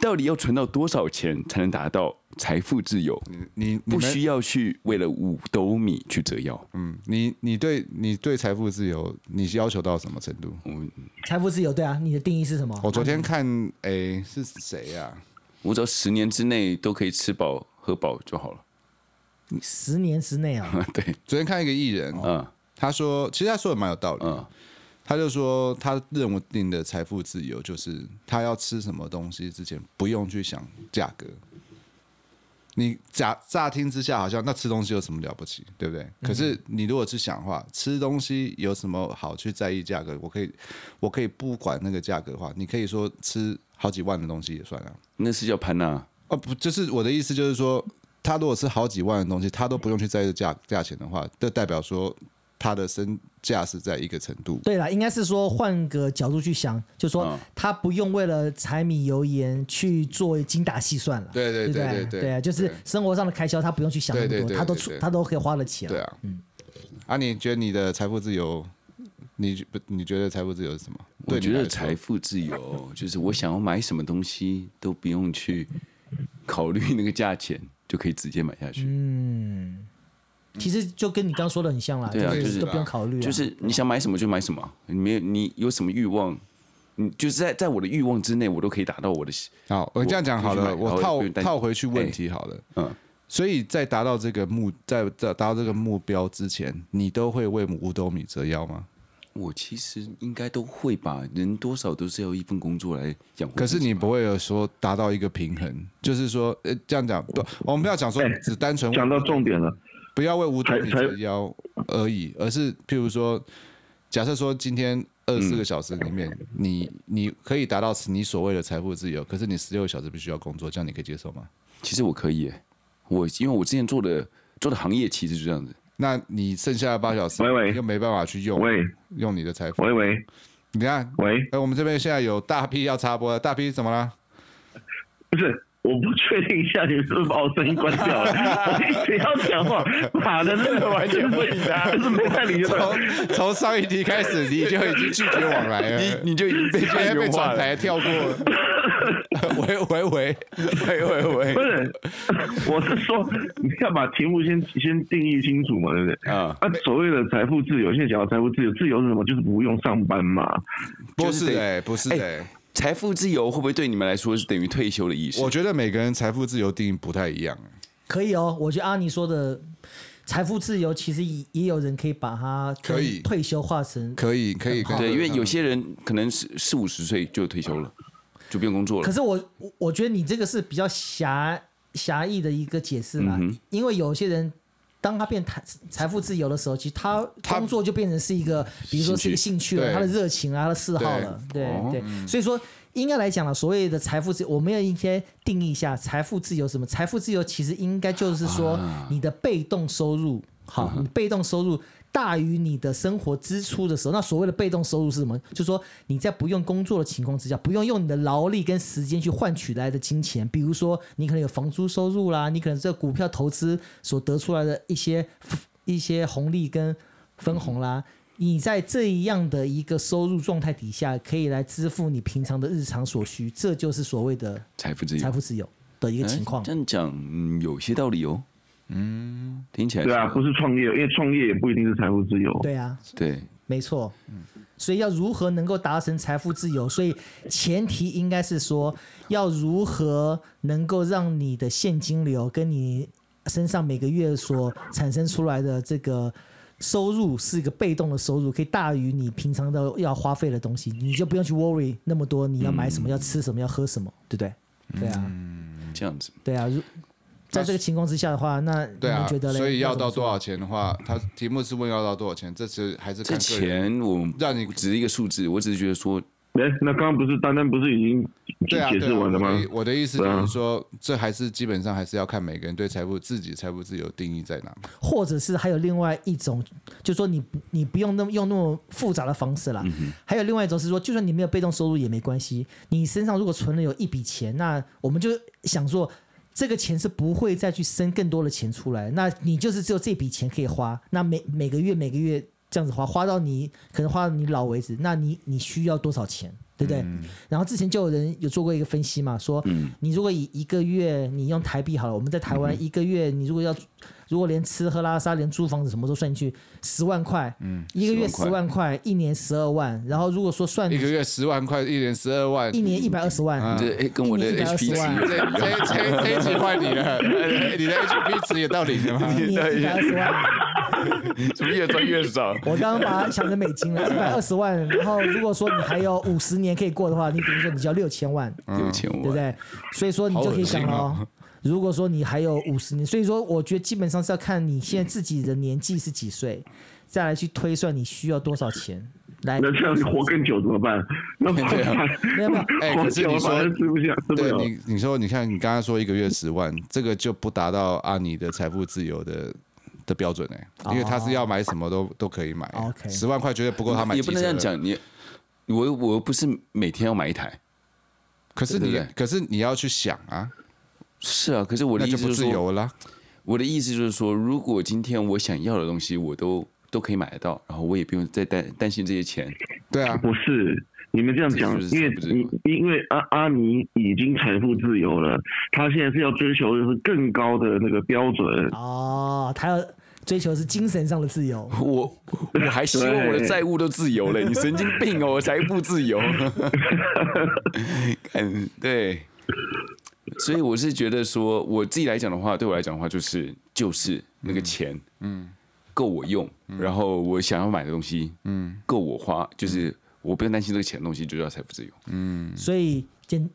A: 到底要存到多少钱才能达到财富自由？
C: 你嗯你
A: 不
C: 们
A: 需要去为了五斗米去折腰。
C: 嗯，你你对你对财富自由，你要求到什么程度？
B: 财富自由，对啊，你的定义是什么？
C: 我哦昨天看，诶，是谁啊呀？
A: 我只要十年之内都可以吃饱喝饱就好了。
B: 十年之内啊，
A: 对，
C: 昨天看一个艺人，
A: 嗯
C: 他说，其实他说的蛮有道理。
A: 嗯
C: 他就说，他认定的财富自由就是他要吃什么东西之前不用去想价格。你乍乍听之下好像那吃东西有什么了不起，对不对？可是你如果去想的话，吃东西有什么好去在意价格？我可以，我可以不管那个价格的话，你可以说吃好几万的东西也算啊。
A: 那是叫潘娜。
C: 哦，不，就是我的意思就是说，他如果是好几万的东西，他都不用去在意价价钱的话，这代表说他的身价是在一个程度。
B: 对啦，应该是说换个角度去想，就说
A: 嗯
B: 他不用为了柴米油盐去做精打细算了。
C: 对对
B: 对
C: 对
B: 不
C: 对
B: 对
C: 对
B: 啊，就是
C: 对
B: 生活上的开销他不用去想那
C: 对
B: 么多，
C: 对对
B: 他都
C: 对
B: 出
C: 对
B: 他都可以花得起
C: 对
B: 了。
C: 啊，嗯，啊，你觉得你的财富自由，你不你觉得财富自由是什么？
A: 我
C: 对你
A: 觉
C: 来
A: 得
C: 说
A: 财富自由就是我想要买什么东西都不用去考虑那个价钱，就可以直接买下去。
C: 嗯啊
B: 其实就跟你刚说的很像啦，
A: 对啊
B: 就
A: 就是
B: 都不用考虑啊，
A: 就是你想买什么就买什么，你没有你有什么欲望，你就是在在我的欲望之内，我都可以达到我的。
C: 好，我这样讲好了，
A: 我
C: 我
A: 我
C: 套
A: 就去买
C: 套回去问题好了。
A: 嗯，
C: 所以在达到这个目，在在达到这个目标之前，你都会为五斗米折腰吗？
A: 我其实应该都会吧，人多少都是要一份工作来养活
C: 可
A: 自己吧。
C: 是你不会有说达到一个平衡，就是说，呃，这样讲不，我们不要讲说
D: 哎
C: 只单纯
D: 讲到重点了，
C: 不要为五斗米
D: 才才
C: 折腰而已，而是譬如说，假设说今
D: 嗯
C: 天二十四个小时里面，你你可以达到你所谓的财富自由，可是你十六个小时必须要工作，这样你可以接受吗？
A: 其实我可以耶，我因为我之前做的做的行业其实就这样子，
C: 那你剩下的八小时
D: 喂喂
C: 你又没办法去用
D: 喂
C: 用你的财富。
D: 喂喂
C: 你看，
D: 喂，
C: 哎，我们这边现在有大批要插播了，大批怎么了？
D: 不是。我不确定一下你是不是把我声音关掉了，我一直要讲话，妈的，真的完全不理他，真是没太 理他。
C: 从从上一题开始，你就已经拒绝往来了，
A: 你就已 经被
C: 今天哎被
A: 原话
C: 转
A: 了。
C: 台跳过了。 喂喂喂喂喂
D: 不
C: 喂，
D: 是，我是说，你要把题目先先定义清楚嘛，对不对？
A: 啊，
D: 啊，所谓的财富自由，现在讲到财富自由，自由是什么？就是不用上班嘛。
C: 不
A: 就是
C: 是
A: 得
C: 哎，不是
A: 哎
C: 哎。
A: 财富自由会不会对你们来说是等于退休的意思
C: 我？觉得每个人财富自由定义不太一样。
B: 可以哦。我觉得阿尼说的财富自由，其实也也有人可以把它
C: 可以
B: 跟退休化成。
C: 可以，可以，可以
A: 对，因为有些人可能是四五十岁就退休了，就不用工作
B: 可
A: 了。
B: 是我我我觉得你这个是比较狭狭义的一个解释啦，因为有些人。当他变财财富自由的时候，其实他
C: 他
B: 工作就变成是一个，比如说是一个兴趣了，
C: 对
B: 他的热情啊，他的嗜好了，对对。所以说，应该来讲了，所谓的财富自由，我们要应该定义一下财富自由是什么？财富自由其实应该就是说，你的被动收入，好，你被动收入大于你的生活支出的时候，那所谓的被动收入是什么？就是说你在不用工作的情况之下，不用用你的劳力跟时间去换取来的金钱，比如说你可能有房租收入啦，你可能这股票投资所得出来的一些一些红利跟分红啦。你在这样的一个收入状态底下，可以来支付你平常的日常所需，这就是所谓的
A: 财富自由
B: 财，富自由的一个情况
A: 哎这。样讲、嗯有些道理哦。嗯，听起来
D: 对啊，
A: 是
D: 不是创业，因为创业也不一定是财富自由。
B: 对啊，
A: 对，
B: 没错，所以要如何能够达成财富自由？所以前提应该是说，要如何能够让你的现金流跟你身上每个月所产生出来的这个收入是一个被动的收入，可以大于你平常的要花费的东西，你就不用去 worry 那么多，你要买什么，要吃什么，要喝什么，对不对？对啊，
C: 嗯
A: 这样子，
B: 对啊。如在这个情况之下的话，那你
C: 对啊
B: 们觉得嘞？
C: 所以要到
B: 怎么
C: 多少钱的话，他题目是问要到多少钱，这次还是
A: 这
C: 看个人。
A: 钱我们
C: 让你
A: 只是一个数字，我只是觉得说，
D: 哎、那刚刚不是丹丹不是已经
C: 对啊，
D: 解
C: 对
D: 释
C: 啊，我
D: 完了吗？
C: 的我的意思
D: 对
C: 就
D: 啊
C: 是说，这还是基本上还是要看每个人对财富自己财富自由定义在哪。
B: 或者是还有另外一种，就说你不你不用那么用那么复杂的方式啦。还有另外一种是说，就算你没有被动收入也没关系，你身上如果存了有一笔钱，那我们就想说。这个钱是不会再去生更多的钱出来，那你就是只有这笔钱可以花，那每每个月每个月这样子花，花到你可能花到你老为止，那你你需要多少钱，对不对？然后之前就有人有做过一个分析嘛，说你如果以一个月你用台币好了，我们在台湾一个月你如果要如果连吃喝拉撒连租房子什么都算进去，十万块，嗯，一个月
A: 10
B: 十
A: 万块
B: 万块，一年十二万，然后如果说算
C: 一个月十万块，一年十二万，
B: 一年一百二十万，
C: 啊
A: 这哎跟我的
B: 一年
A: HP
B: 120万
A: 值
C: 这这这这一集换你了， 你的 HP 值也到零了吗？
B: 一年一百二十万。
A: 怎么越赚越少？
B: 我刚刚把它想成美金了，一百二十万。然后如果说你还有五十年可以过的话，你比如说你就要六千万，
A: 六千
B: 对
C: 嗯
B: 不
A: 万，
B: 对？所以说你就
D: 啊
B: 可以想了、
C: 好恶
B: 哦。如果说你还有五十年，所以说我觉得基本上是要看你现在自己的年纪是几岁，再来去推算你需要多少钱来。
D: 那这样你活更久怎么办？那我
B: 没有没有，
C: 哎
D: 活
C: 可是
D: 久
C: 你
D: 了
C: 说
D: 反而吃不下，吃 不
C: 对
D: 了。
C: 你，你说你看，你刚刚说一个月十万，这个就不达到阿尼的财富自由的的标准哎、因为他是要买什么都都可以买、啊
B: OK
C: 十万块绝对不够他买。
A: 也不能这样，讲，你我我不是每天要买一台，
C: 可是你
A: 对不对
C: 可是你要去想啊，
A: 是啊，可是我的
C: 那
A: 意
C: 就
A: 思就
C: 不
A: 是
C: 自
A: 说，
C: 由啦。
A: 我的意思就是说，如果今天我想要的东西我都都可以买得到，然后我也不用再担担心这些钱。
C: 对啊，
D: 不是，你们这样讲
A: 这，就是
D: 因为
A: 不自由
D: 你因为阿阿尼已经财富自由了，他现在是要追求就是更高的那个标准。
B: 哦，他要追求是精神上的自由。
A: 我我还希望我的债务都自由了，你神经病哦，我财富自由。 嗯，对。所以我是觉得说，我自己来讲的话，对我来讲的话，就是就是那个钱，嗯，够我用，然后我想要买的东西，嗯，够我花，就是我不用担心这个钱的东西，就叫财富自由。
D: 嗯
B: 所以简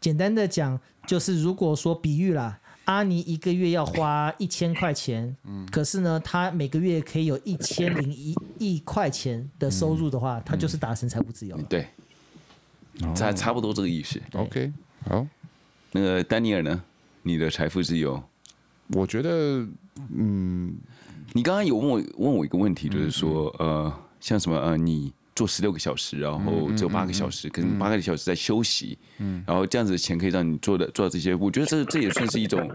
B: 简单的讲，就是如果说比喻啦，阿尼一个月要花一千块钱，
D: 嗯
B: 可是呢，他每个月可以有一千零一一块钱的收入的话，他就是达成财务自由了。
A: 嗯对，差差不多这个意思。
C: OK，好，
A: 那个丹尼尔呢？你的财富自由？
C: 我觉得
A: 你刚刚有问我问我一个问题，就是说，呃，像什么呃，你做十六个小时，然后只有八个小时，可能八个小时在休息，嗯，然后这样子的钱可以让你做的做到这些，我觉得这这也算是一种，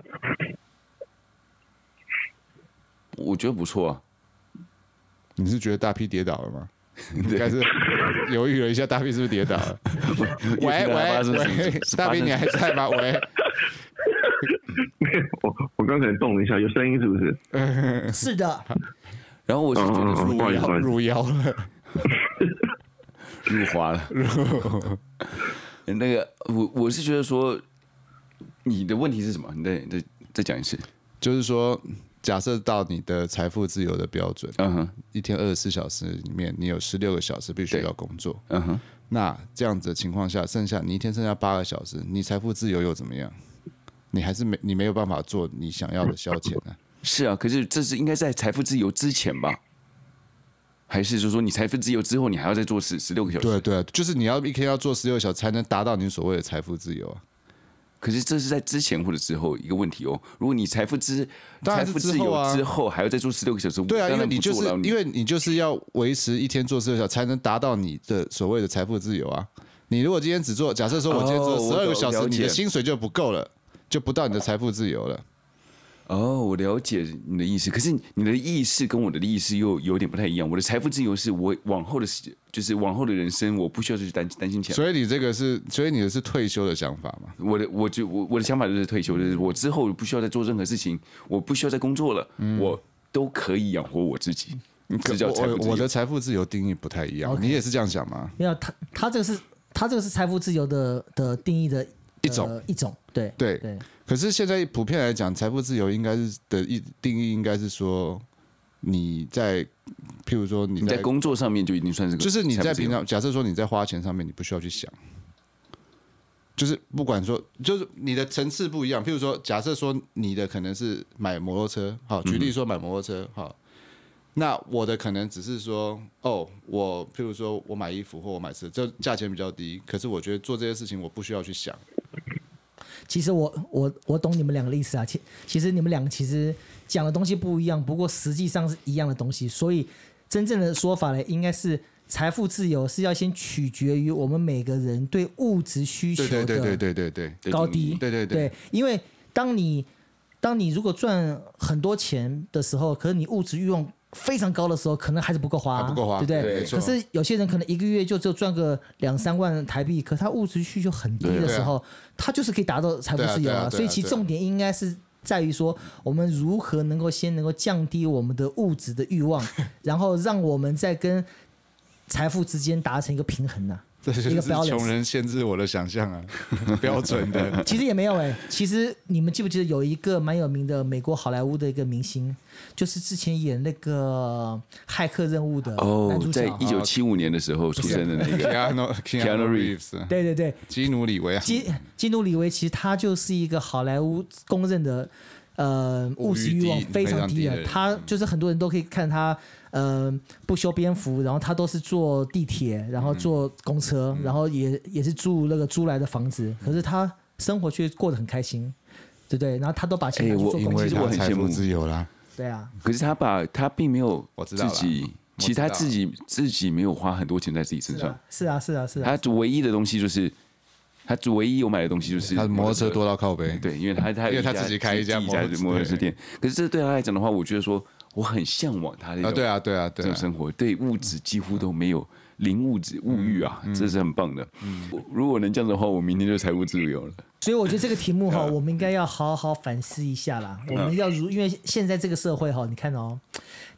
A: 我觉得不错啊。
C: 你是觉得大 P 跌倒 了吗？应该是犹豫了一下，大 P 是不是跌 倒了？喂
A: 发生
C: 喂
A: 什么
C: 喂，
A: 事
C: 大 P
A: 发生
C: 你还在吗？喂，
D: 我我刚才动了一下，有声音是不是？嗯
B: 是的，
A: 然后我是觉得说
D: 嗯嗯嗯不好 意思不好意思
C: 入妖了，
A: 入华了， 那个我我是觉得说，你的问题是什么？你再再再讲一次，
C: 就是说，假设到你的财富自由的标准，
A: 嗯哼，
C: 一天二十四小时里面，你有十六个小时必须
A: 对
C: 要工作。
A: 嗯哼。
C: 那这样子的情况下，剩下你一天剩下八个小时，你财富自由又怎么样？你还是没你没有办法做你想要的消遣呢、
A: 是啊，可是这是应该在财富自由之前吧？还是就是说你财富自由之后，你还要再做十十六个小时？
C: 对对，就是你要一天要做十六小时才能达到你所谓的财富自由啊。
A: 可是这是在之前或者之后一个问题哦。如果你财富之
C: 当
A: 财
C: 然是
A: 富自
C: 之后啊
A: 由之后还要再做十六个小时，
C: 对啊，
A: 我当
C: 因为
A: 然
C: 你
A: 不
C: 就
A: 做
C: 是
A: 了
C: 因为你就是要维持一天做十六小时才能达到你的所谓的财富自由啊。你如果今天只做，假设说我今天
A: 哦
C: 做十二
A: 我
C: 个
A: 懂
C: 小时
A: 了，解
C: 你的薪水就不够了，就不到你的财富自由了。
A: 哦，我了解你的意思。可是你的意识跟我的意识又有点不太一样。我的财富自由是我往后的时，就是往后的人生，我不需要去担担心钱。
C: 所以你这个是，所以你的是退休的想法嘛？
A: 我的我就我我的想法就是退休，
C: 嗯
A: 就是我之后不需要再做任何事情，我不需要再工作了，我都可以养活我自己。这叫财富
C: 嗯我
A: 自由呃
C: 我的财富自由定义不太一样，你也是这样想吗？
B: 没有他，他这个是他这个是财富自由的的定义的
C: 一种
B: 呃一种，对
C: 对
B: 对，
C: 可是现在普遍来讲，财富自由应该是的一定义应该是说，你在，譬如说你
A: 你在工作上面就已经算是个
C: 就是你
A: 财
C: 在
A: 富自
C: 平
A: 由
C: 常，假设说你在花钱上面，你不需要去想，就是不管说，就是你的层次不一样。譬如说，假设说你的可能是买摩托车，好，举例说买摩托车，好，那我的可能只是说，哦，我譬如说我买衣服或我买车，这价钱比较低，可是我觉得做这些事情我不需要去想，
B: 其实我我我懂你们两个的意思啊，其其实你们两个其实讲的东西不一样，不过实际上是一样的东西，所以真正的说法呢，应该是财富自由是要先取决于我们每个人对物质需求
C: 对对
B: 的
C: 对对对对对对
B: 高
A: 定义
B: 低，
C: 对对对
B: 对，因为当你当你如果赚很多钱的时候，可是你物质欲望非常高的时候，可能还是不够花、
C: 还不够花
B: 对不对？
C: 对没错
B: 可是有些人可能一个月就只有赚个两三万台币，可他物质需求很低的时候，他就是可以达到财富自由
C: 啊对啊对啊对啊
B: 所以其
C: 对啊
B: 重点应该是。在于说，我们如何能够先能够降低我们的物质的欲 望，然后让我们在跟财富之间达成一个平衡呐、
C: 这就
B: 一个
C: 是
B: balance
C: 穷人限制我的想象啊， 标准 的。
B: 其实也没有哎、其实你们记不记得有一个蛮有名的美国好莱坞的一个明星，就是之前演那个《骇客任务》的男
A: 哦
B: 主，角
A: 在。一九七五年的时候出生的那个，
C: Keanu
A: Keanu
C: Keanu Reeves，啊
B: 对对对，
C: 基努里维啊，
B: 基基努里维奇他就是一个好莱坞公认的。呃，物
C: 物
B: 质
C: 欲
B: 欲
C: 低
B: 望非常低
C: 非常低
B: 的，
C: 的
B: 他就是很多人都可以看他，呃，不修边幅，然后他都是坐地铁，然后坐公车，
A: 嗯
B: 然后也也是住那个租来的房子，可是他生活却过得很开心，对不对？然后他都把钱拿
A: 哎
B: 去
A: 我
B: 做
A: 因
B: 公
A: 为
B: 益
A: 其实我很
C: 财
A: 羡慕
C: 富自由啦。
B: 对啊，
A: 可是他把他并没有
C: 我知
A: 自
C: 道啦
A: 己，其实他自己自己没有花很多钱在自己身上，
B: 是啊，是啊，是啊，
A: 他唯一的东西就是他唯一有买的东西就是
C: 他摩托车多到靠背，
A: 嗯对，因为他他有
C: 因为他
A: 一家
C: 自己开一家
A: 自己
C: 摩托
A: 的
C: 车
A: 摩托车
C: 对
A: 店，可是这对他来讲的话，我觉得说我很向往他的
C: 啊，对啊，对啊，
A: 这
C: 对
A: 种
C: 啊，
A: 生活，对物质几乎都没有零物质物欲啊，
C: 嗯
A: 这是很棒的。我如果能这样的话，我明天就财务自由了。
B: 所以我觉得这个题目哈，我们应该要好好反思一下啦。我们要如，因为现在这个社会哈，你看哦，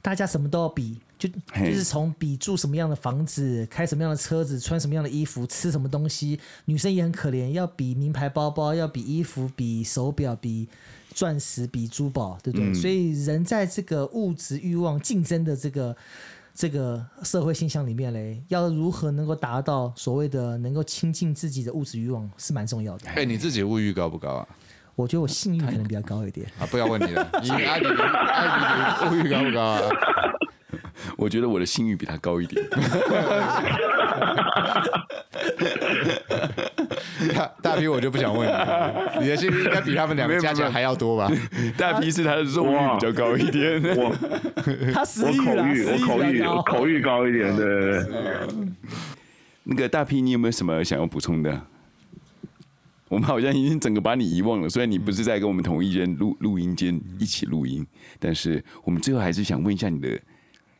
B: 大家什么都要比，就就
A: 嘿
B: 是从比住什么样的房子、开什么样的车子、穿什么样的衣服、吃什么东西，女生也很可怜，要比名牌包包，要比衣服、比手表、比钻石、比珠宝，对不对？所以人在这个物质欲望竞争的这个。这个社会现象里面嘞，要如何能够达到所谓的能够亲近自己的物质欲望是蛮重要的。
C: 哎，你自己物欲高不高啊？
B: 我觉得我性欲可能比较高一点。
C: 啊，不要问你 了，你
A: 啊
C: 阿迪，阿迪，物欲高不高啊？
A: 我觉得我的信誉比他高一点。
C: 大 大批我就不想问你了，你的心应该比他们两个加起来还要多吧？
A: 大 P 是他的肉欲比较高一点。
D: 我
B: 他食
D: 我
B: 欲
D: 口
B: 啦，
D: 欲，
B: 食
D: 我口
B: 欲比
D: 欲，
B: 较
D: 我
B: 高。
D: 口欲高一点，对对对。
A: 那个大 P，你有没有什么想要补充的？我们好像已经整个把你遗忘了，虽然你不是在跟我们同一间录录音间一起录音，但是我们最后还是想问一下你的、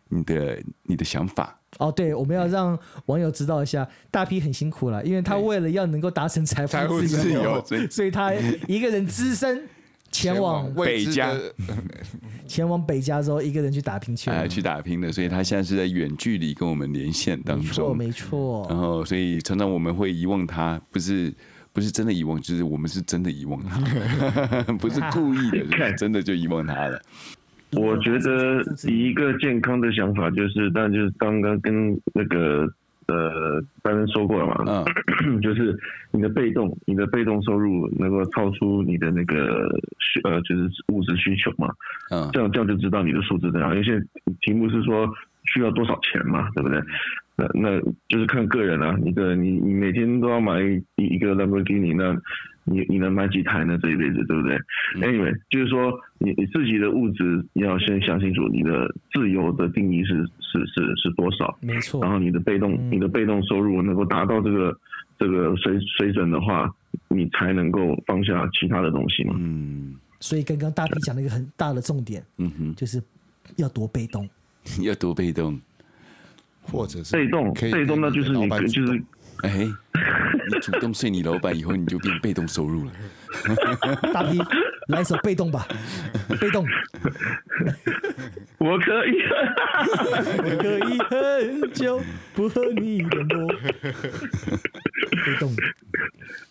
A: 你的、你的想法。
B: 哦，对，我们要让网友知道一下，大 P 很辛苦了，因为他为了要能够达成财
C: 财
B: 富
C: 富
B: 自
C: 自
B: 由，
A: 有所以
B: 所以他一个人只身前往
C: 未知的
B: 前往北加州，一个人去打拼去
A: 哎
B: 了。
A: 去打拼的，所以他现在是在远距离跟我们连线当
B: 没错，
A: 中，
B: 没错。
A: 然后所以常常我们会遗忘他，不是不是真的遗忘，就是我们是真的遗忘他， 不是故意 的，就是真的就遗忘他了。
D: 我觉得一个健康的想法就是，但就是刚刚跟那个呃班恩说过了嘛，
A: 嗯，
D: 就是你的被动，你的被动收入能够超出你的那个需呃就是物质需求嘛，
A: 嗯
D: 这样这样就知道你的数字怎样。因为现在题目是说需要多少钱嘛，对不对？那那就是看个人啊，一个你你每天都要买一一个 Lamborghini，那你你能买几台呢？这一辈子，对不对？Anyway，就是
C: 嗯
D: 说你你自己的物质要先想清楚，你的自由的定义是是是是多少？
B: 没错
D: 然，后你的被动，
C: 嗯
D: 你的被动收入能够达到这个这个水水准的话，你才能够放下其他的东西嘛。
A: 嗯
B: 所以刚刚大 P 讲了一个很大的重点，
A: 嗯哼，
B: 就是要多被动。
A: 要多被动。
C: 或者是
D: 被动，
C: 可以
D: 被动那就是你
C: 老板主
D: 就
C: 动
D: 是
A: 哎、你主动睡你老板以后，你就变被动收 入了。
B: 大 P 来一首被动吧，被动，
D: 我 可以。
B: 我可以很久不和你联络。被动的。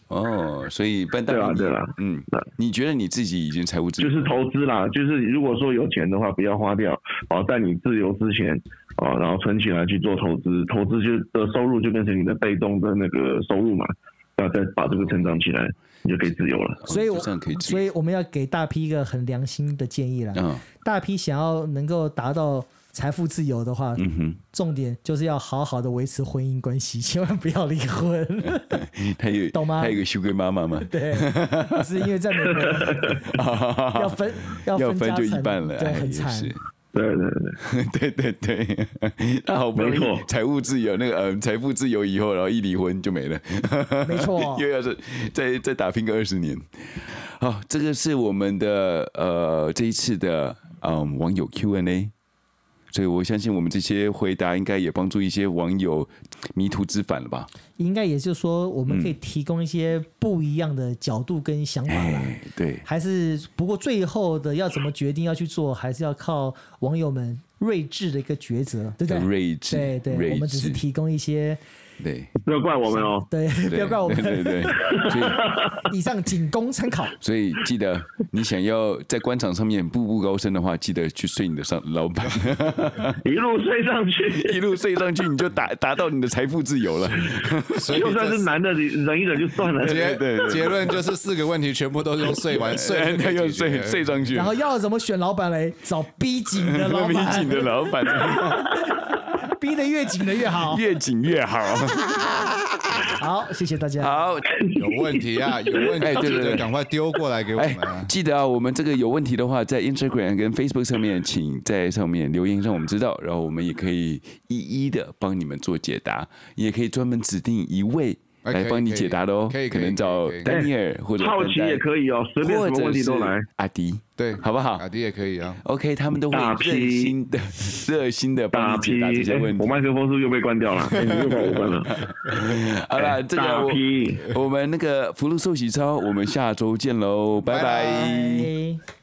A: 哦，所以笨蛋，
B: 啊
D: 对啦
A: 你
D: 对啦
A: 嗯
D: 那，
A: 你觉得你自己已经财务自
D: 就
A: 由？
D: 是投资啦，就是如果说有钱的话，不要花掉哦，在你自由之前哦，然后存起来去做投资，投资就的收入就变成你的被动的那个收入嘛，那再把这个成长起来，你就可以自由了。
A: 哦
B: 所以
A: 就
B: 我
A: 这样可以自由，
B: 所以我们要给大批一个很良心的建议啦。
A: 嗯
B: 大批想要能够达到财富自由的话，
A: 嗯
B: 重点就是要好好的维持婚姻关系， 千万不要离婚。
A: 哼，他有
B: 懂吗
A: 他有一个 Sugar 妈妈嘛，
B: 对，是因为在美国 要分要
A: 要
B: 分家
A: 分就
B: 产
A: 一半了，
B: 对，
A: 哎
B: 很
A: 也
B: 惨。
A: 是
D: 对对
A: 对
D: 对，
A: 对对， 他好不容
D: 没错
A: 易财务自由，那个呃财富自由以后，然后一离婚就没了，
B: 没 错
A: 又要是再再打拼个二十年。好，这个是我们的呃这一次的嗯、网友 Q&A，所以我相信我们这些回答应该也帮助一些网友迷途知返了吧？
B: 应该也就是说，我们可以提供一些不一样的角度跟想法啦。
A: 哎，对，
B: 还是不过最后的要怎么决定要去做，还是要靠网友们睿智的一个抉择，对不
A: 要
B: 对？
A: 睿智，
B: 对
A: 睿
B: 对，
A: 智
B: 我们只是提供一些，
A: 对，
D: 不要怪我们哦。
B: 对， 不要怪我
A: 对对
B: 们，
A: 对，对 所以。
B: 以上仅供参考。
A: 所以记得，你想要在官场上面步步高升的话，记得去睡你的上老 板，
D: 一路追上 去，
A: 一路睡上去，你就达达到你的财富自由了。
C: 所以
D: 就算
C: 这
D: 是男的，你忍一忍就算了。
C: 结
A: 对对
C: 结论就是四个问题全部都是用睡完睡
A: 他又睡
C: 睡
A: 睡上去，
B: 然后要怎么选老板嘞？找逼紧 的老
A: 民
B: 板
A: 警，的老板
B: 逼得越紧的越 好。
A: 越紧越好。
B: 好，谢谢大家。
A: 好，
C: 有问题啊，有问
A: 哎
C: 题
A: 对
C: 记
A: 对对
C: 得赶快丢过来给我
A: 哎
C: 们啊，。
A: 记得啊，我们这个有问题的话，在 Instagram 跟 Facebook 上面，请在上面留言让我们知道，然后我们也可以一一的帮你们做解答，也可以专门指定一位。
C: 哎
A: 来
C: 可以
A: 帮你
C: 可以
A: 解答的哦，
C: 可以可以
A: 能找
C: 可以可以
A: 丹尼尔或者
D: 哎好
A: 笨
D: 奇
A: 蛋
D: 也可以哦，随便什
A: 或
D: 么
A: 者
D: 问题都
A: 是
D: 来。
A: 阿迪
C: 对，
A: 好不好
C: 阿迪也可以啊。
A: ，OK，他们都会
D: 大批
A: 热心的、 热心的帮
D: 大
A: 你
D: 批
A: 解答这，些
D: 哎
A: 问
D: 我
A: 题。
D: 麦克风是不是又被关掉了？哎你又把我关了。
A: 好了，这
D: 哎大
A: 个
D: 批
A: 我我们那个福禄寿喜超，我们下周见喽，拜拜
B: 拜